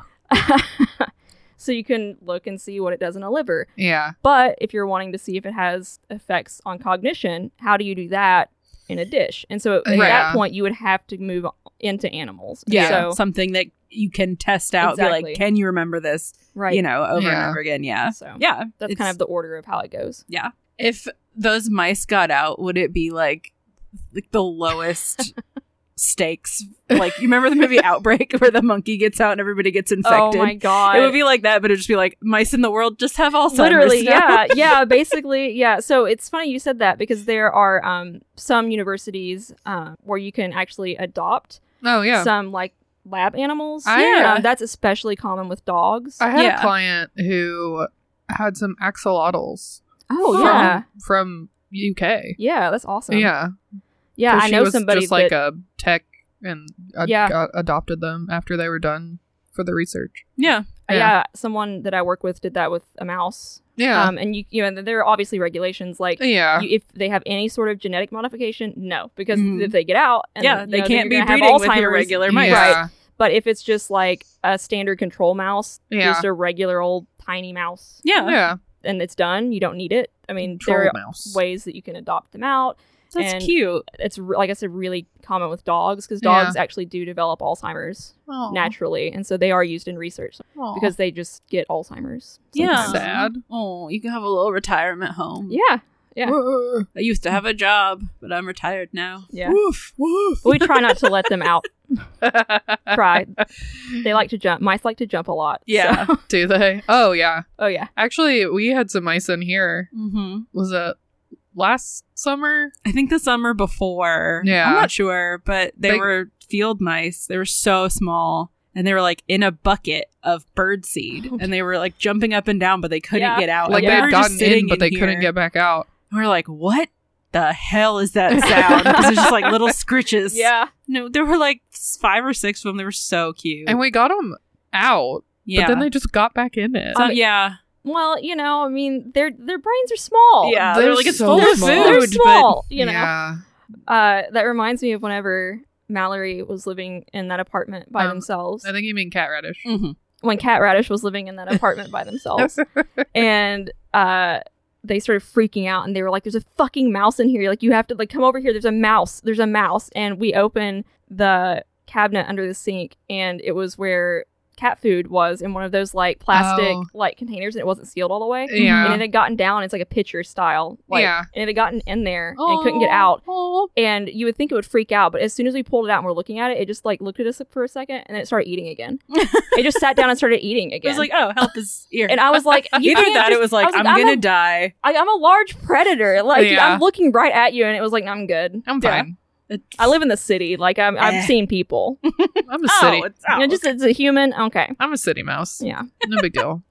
so you can look and see what it does in a liver.
Yeah.
But if you're wanting to see if it has effects on cognition, how do you do that in a dish? And so
Yeah.
at that point, you would have to move into animals. And
Yeah.
So,
Something that you can test out, be
Exactly.
like, can you remember this?
right.
You know, over
Yeah.
and over again. Yeah.
So
Yeah.
that's
it's-
kind of the order of how it goes.
if those mice got out, would it be like like the lowest stakes? Like you remember the movie Outbreak where the monkey gets out and everybody gets infected?
Oh my god.
It would be like that, but it'd just be like mice in the world just have Alzheimer's.
literally
now.
yeah yeah basically yeah so it's funny you said that because there are um, some universities um, where you can actually adopt
Oh, yeah.
some like lab animals
I-
um, that's especially common with dogs
I had
Yeah.
a client who had some axolotls
oh
from,
yeah
from UK.
yeah that's awesome
Yeah.
yeah
'Cause
i
she
know
was
somebody
just like
that-
a tech and ad-
Yeah.
got- adopted them after they were done for the research.
yeah.
Uh, yeah.
yeah.
someone that i work with did that with a mouse
Yeah.
um and you you know there are obviously regulations like
yeah.
you, if they have any sort of genetic modification, no, because
Mhm.
if they get out, and,
Yeah,
you
they
know, then
can't
you're
be
gonna have
breeding with your
Alzheimer's.
regular mice.
yeah.
right. But if it's just like a standard control mouse,
Yeah.
just a regular old tiny mouse,
Yeah.
Yeah.
and it's done, you don't need it. I mean,
Troll
there are
mouse.
ways that you can adopt them out.
That's
And-
cute.
It's re- like I said, really common with dogs because
Yeah.
dogs actually do develop Alzheimer's
Aw.
naturally, and so they are used in research
Aw.
because they just get Alzheimer's.
Yeah.
sometimes.
Sad.
Oh, you can have a little retirement home.
yeah, yeah,
I used to have a job, but I'm retired now.
yeah.
Woof woof.
But we try not to let them out. Try. They like to jump. Mice like to jump a lot. so-
Yeah.
Do they? Oh yeah.
Oh yeah.
Actually, we had some mice in here.
Mm-hmm.
Was it last summer?
I think the summer before.
Yeah.
I'm not sure, but they
They-
were field mice. They were so small. And they were like in a bucket of bird seed. And they were like jumping up and down, but they couldn't
Oh, Yeah.
get out.
Like
And
they
we
had
were just
gotten
sitting
in, but they couldn't
here,
get back out.
And we are like, what the hell is that sound? Because it's just like little scritches.
Yeah.
No, there were like s- five or six of them. They were so cute.
And we got them out,
yeah.
but then they just got back in it.
So, yeah.
Well, you know, I mean, their their brains are small.
Yeah.
they're
They're, like, it's
so
full of
small.
food.
They're
but-
small, you know.
Yeah.
Uh, that reminds me of whenever Mallory was living in that apartment by
Um,
themselves.
I think you mean cat radish.
Mhm.
when Cat Radish was living in that apartment by themselves, and uh, they started freaking out, and they were like, "There's a fucking mouse in here! Like, you have to like come over here. There's a mouse. There's a mouse." And we open the cabinet under the sink, and it was where cat food was in one of those like plastic
Oh.
like containers, and it wasn't sealed all the way. And
Yeah.
it had gotten down. It's like a pitcher style. Like,
Yeah.
And it had gotten in there and couldn't
Oh.
get out. And you would think it would freak out, but as soon as we pulled it out and were looking at it, it just like looked at us for a second and then it started eating again. it just sat down and started eating
It
again.
was like, oh, help is here.
and I was like, you
Either
can't
that,
just-
it was like,
I was
I'm,
like, I'm
gonna
a-
die.
I, am a large predator. Like
Yeah.
I'm looking right at you, and it was like, no, I'm good.
I'm
Yeah.
fine.
I live in the city. Like I'm, I've
Eh.
seen people. You
I'm
Oh,
a city.
Oh, it's
know, just as a human. Okay.
I'm a city mouse.
Yeah.
No big deal.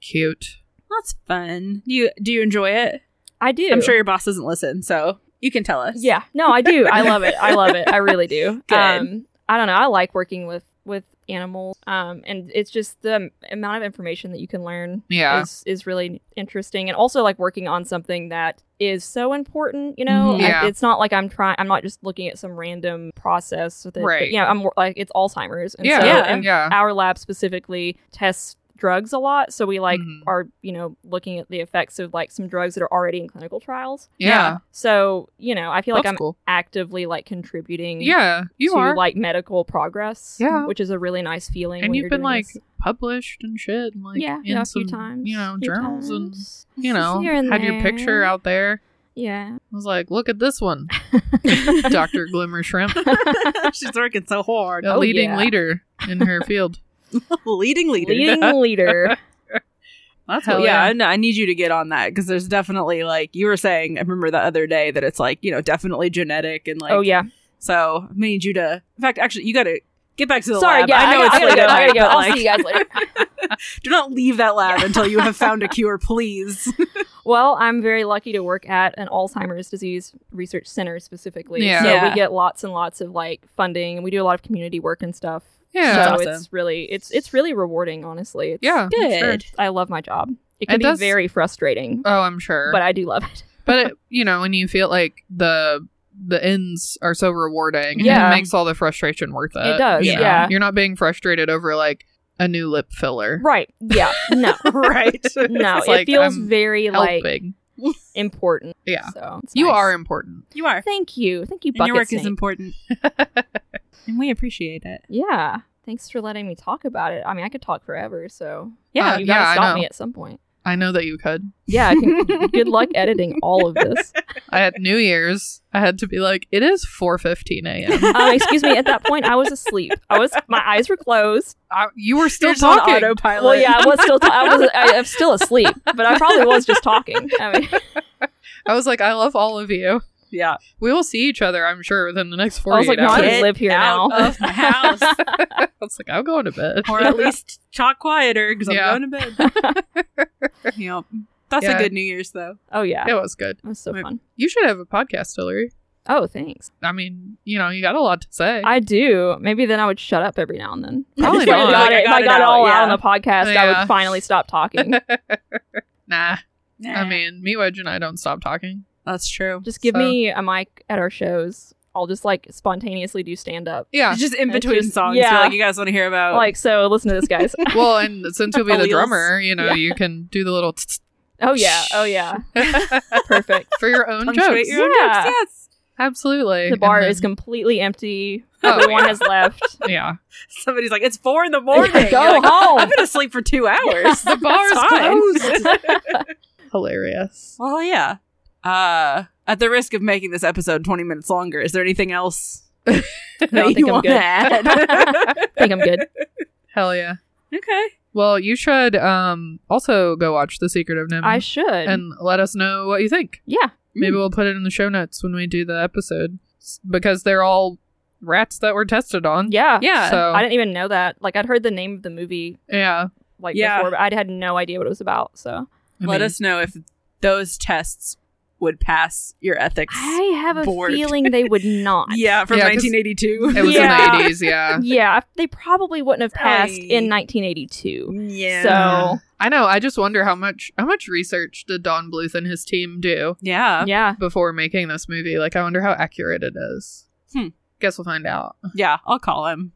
Cute.
That's fun. You do you enjoy it?
I do.
I'm sure your boss doesn't listen, so you can tell us.
Yeah. No, I do. I love it. I love it. I really do.
Good.
Um, I don't know. I like working with with animals. Um, and it's just the am- amount of information that you can learn.
Yeah.
Is, is really interesting and also like working on something that is so important you know
Mhm.
Mm-hmm.
I-
Yeah.
it's not like i'm trying i'm not just looking at some random process that,
Right.
you know i'm wor- like it's alzhimers and
Yeah.
so
Yeah.
and
Yeah.
our lab specifically tests drugs a lot, so we like
Mhm.
are you know looking at the effects of like some drugs that are already in clinical trials.
Yeah.
So you know, I feel like
That's
I'm
cool.
actively like contributing.
Yeah, you
to
are.
like medical progress.
Yeah.
which is a really nice feeling.
and
when
you've
you're
been
doing
like
this.
published and shit, and like
yeah,
in
yeah, a
some,
few times,
you know,
few
journals and
times.
you know,
Here and
had your picture
there.
out there.
Yeah.
I was like, look at this one, Doctor Glimmer Shrimp, the
She's working so hard.
Oh,
leading
yeah.
leader in her field.
Leading leader.
Leading leader.
That's
Hell
what, yeah,
yeah.
I know- I, need you to get on that because there's definitely like you were saying. I remember the other day that it's like you know definitely genetic and like
oh yeah.
So I need you to. In fact, actually, you got to get back to the
Sorry,
lab.
yeah,
I know
I,
it's
I gotta
late
go.
at
I gotta
night,
go.
but,
I'll
like,
see you guys later.
Do not leave that lab until you have found a cure, please.
Well, I'm very lucky to work at an Alzheimer's disease research center specifically.
Yeah.
So
Yeah.
we get lots and lots of like funding and we do a lot of community work and stuff.
Yeah,
so
That's awesome.
it's really it's it's really rewarding, honestly. It's,
yeah.
it's-
Good.
I love my job. It
It
can be
does-
very frustrating,
Oh, I'm sure.
but I do love it.
but it, you know, when you feel like the the ends are so rewarding,
Yeah.
it makes all the frustration worth it.
does,
you know?
yeah.
You're not being frustrated over like a new lip filler.
Right. Yeah. No.
right.
No.
It's
it
like
feels
I'm
very like
Helping.
important.
Yeah.
So it's
You
nice.
are important.
You are.
Thank you. Thank you,
And your
Bucket
work
Snake.
is important, and we appreciate it.
Yeah. Thanks for letting me talk about it. I mean, I could talk forever, so
Yeah,
you
Uh, yeah,
gotta
I
stop
know.
me at some point.
I know that you could.
Yeah, I can, good luck editing all of this.
I had New Year's. I had to be like, it is 4:15 a.m.
Um, excuse me. At that point, I was asleep. I was my eyes were closed.
I- you were still
You're just on
talking.
autopilot.
Well, yeah, I was still. Ta- I was. I, I'm still asleep, but I probably was just talking. I mean,
I was like, I love all of you.
yeah.
We will see each other, I'm sure, within the next 48
I was like, no, I
hours.
don't live here
out
now.
of my house,
I was like, I'm going to bed.
or at least talk quieter because
Yeah.
I'm going to bed. yep. That's
Yeah.
a good New Year's though.
Oh yeah,
It was good.
it was so
Wait.
fun.
You should have a podcast, Hillary.
Oh, thanks.
I mean, you know, you got a lot to say.
I do. Maybe then I would shut up every now and then. If I
Probably
just,
not.
like, got
Like, I
it- If
got
I
it
got it
out,
all out on
yeah.
the podcast, I
Yeah.
would finally stop talking.
nah,
Yeah.
Eh.
I mean, Meat Wedge and I don't stop talking.
that's true.
Just give
So-
me a mic at our shows. I'll just like spontaneously do stand up.
Yeah.
It's just in
It's
between
just-
songs.
yeah.
You're like, you guys want to hear about
Like, so listen to this, guys.
Well, and since you'll be the
Alleles.
drummer, you know,
Yeah.
you can do the little tsk,
oh yeah, oh yeah,
tsk
perfect.
for your own
punctuate
jokes.
your own
Yeah.
jokes? Yes.
Absolutely.
The bar
And then-
is completely empty.
Oh,
Everyone has left.
Yeah.
Somebody's like, it's four in the morning.
Go
You're like, "Oh,
home.
I've been asleep for two hours.
The bar is
That's fine.
closed. Hilarious.
well, yeah. Uh, at the risk of making this episode 20 minutes longer, is there anything else
No, I
that
think
you
I'm
want to
good.
add?
think I'm good.
Hell yeah.
okay.
Well, you should um also go watch The Secret of Nim
I should. Mm.
and let us know what you think.
Um, yeah.
Maybe we'll put it in the show notes when we do the episode S- because they're all rats that were tested on.
Yeah.
Yeah.
So
I didn't even know that. Like, I'd heard the name of the movie
yeah.
like
Yeah.
before, but I had no idea what it was about. So
I
Let
mean,
us know if those tests would pass your ethics.
I have a
Bored.
feeling they would not.
yeah, from
Yeah, 'cause
1982.
It was
Yeah.
in the 80s, yeah.
Yeah. They probably wouldn't have passed in
Right.
1982.
yeah.
So
I know. I just wonder how much how much research did Don Bluth and his team do
yeah.
yeah.
before making this movie? Like, I wonder how accurate it is.
Hmm.
Guess we'll find out.
Yeah. I'll call him.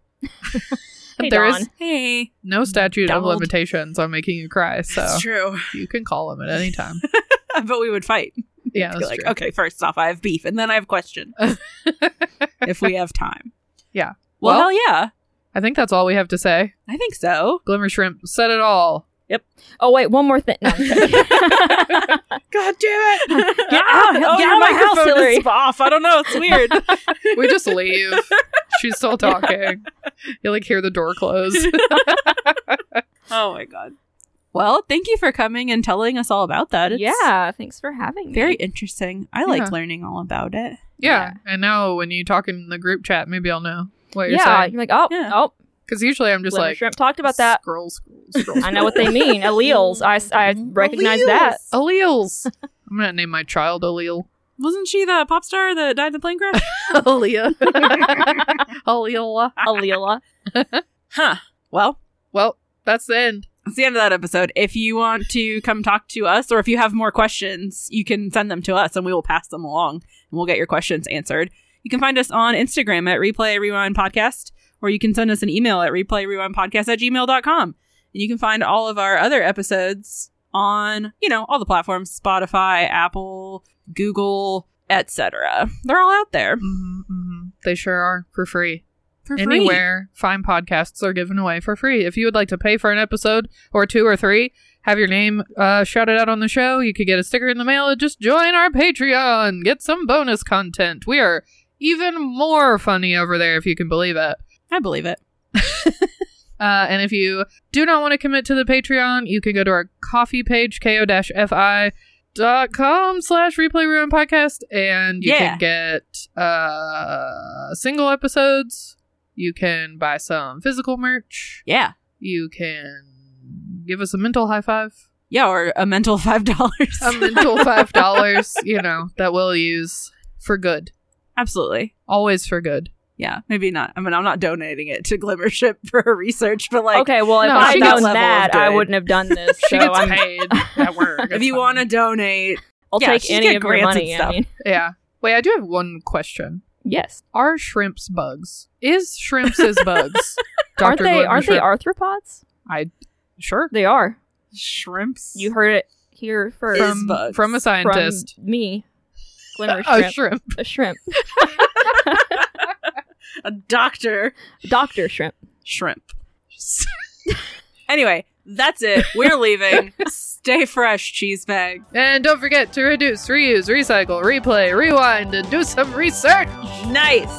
Hey,
there is
Don.
Hey.
no statute
Donald.
of limitations on making you cry, so
That's true.
you can call him at any time.
but we would fight.
yeah,
Be
that's
like,
true.
okay, first off, I have beef, and then I have questions if we have time.
Yeah.
Well,
Well-
hell yeah.
I think that's all we have to say.
I think so.
Glimmer Shrimp said it all.
Oh, wait. One more thing. No, I'm
God
kidding.
damn it! Get
out- get out
your
of my house,
microphone
Hillary.
is off. I don't know. It's weird.
We just leave. She's still talking. You like hear the door close.
oh my god. Well, thank you for coming and telling us all about that. It's
yeah. Thanks for having me.
Very interesting. I liked
Yeah.
learning all about it.
yeah. And now when you talk in the group chat, maybe I'll know what you're
yeah.
saying.
You're like, oh,
Yeah.
oh,
Because usually I'm just
lemon
like
shrimp talked about that.
Scroll, scroll, scroll.
I know what they mean. Alleles. I, I
Mm-hmm.
recognize that.
Oh,
Alleles. I'm gonna name my child Allele.
Wasn't she the pop star that died in the plane crash?
Alea. Alea.
Alila.
huh. Well,
Well, that's the end.
It's the end of that episode. If you want to come talk to us or if you have more questions, you can send them to us and we will pass them along and we'll get your questions answered. You can find us on Instagram at Replay Rewind Podcast or you can send us an email at replayrewindpodcast at gmail.com. And you can find all of our other episodes on, you know, all the platforms Spotify, Apple, Google, etc. They're all out there
hmm hmm They sure are for free.
Mm-hmm, for free.
Anywhere fine podcasts are given away for free. If you would like to pay for an episode or two or three, have your name uh, shouted out on the show. You could get a sticker in the mail. Or just join our Patreon. Get some bonus content. We are even more funny over there, if you can believe it.
I believe it.
Uh, and if you do not want to commit to the Patreon, you can go to our coffee page, ko-fi dot com slash replay room podcast and you
Yeah.
can get uh single episodes you can buy some physical merch
Yeah.
you can give us a mental high five
Yeah, or a mental five dollars.
a mental five dollars you know that we'll use for good
Absolutely.
always for good
Yeah, maybe not. I mean, I'm not donating it to Glimmership for her research, but like,
okay, well, if
No,
I
she
had
gets-
known that, I
good.
wouldn't have done this.
she
so
gets
I'm,
paid at work
if you want to donate,
I'll
Yeah,
take
she's
any
got
of your
grants and
money. I
stuff.
mean,
yeah wait i do have one question
yes.
are shrimps bugs? Is shrimps as bugs? Dr.
aren't they?
Gordon
Aren't they
Shrimp-
arthropods?
I sure
They are.
shrimps.
You heard it here first
from
bugs.
from a
from
scientist.
me. Glimmer
a
shrimp.
shrimp.
a shrimp.
a doctor
Doctor shrimp.
shrimp. anyway, that's it. We're leaving. Stay fresh, cheese bag.
And don't forget to reduce, reuse, recycle, replay, rewind, and do some research.
Nice.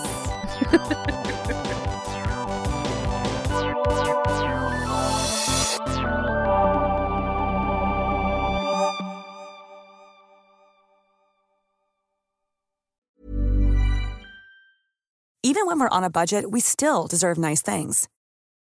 Even when we're on a budget, we still deserve nice things.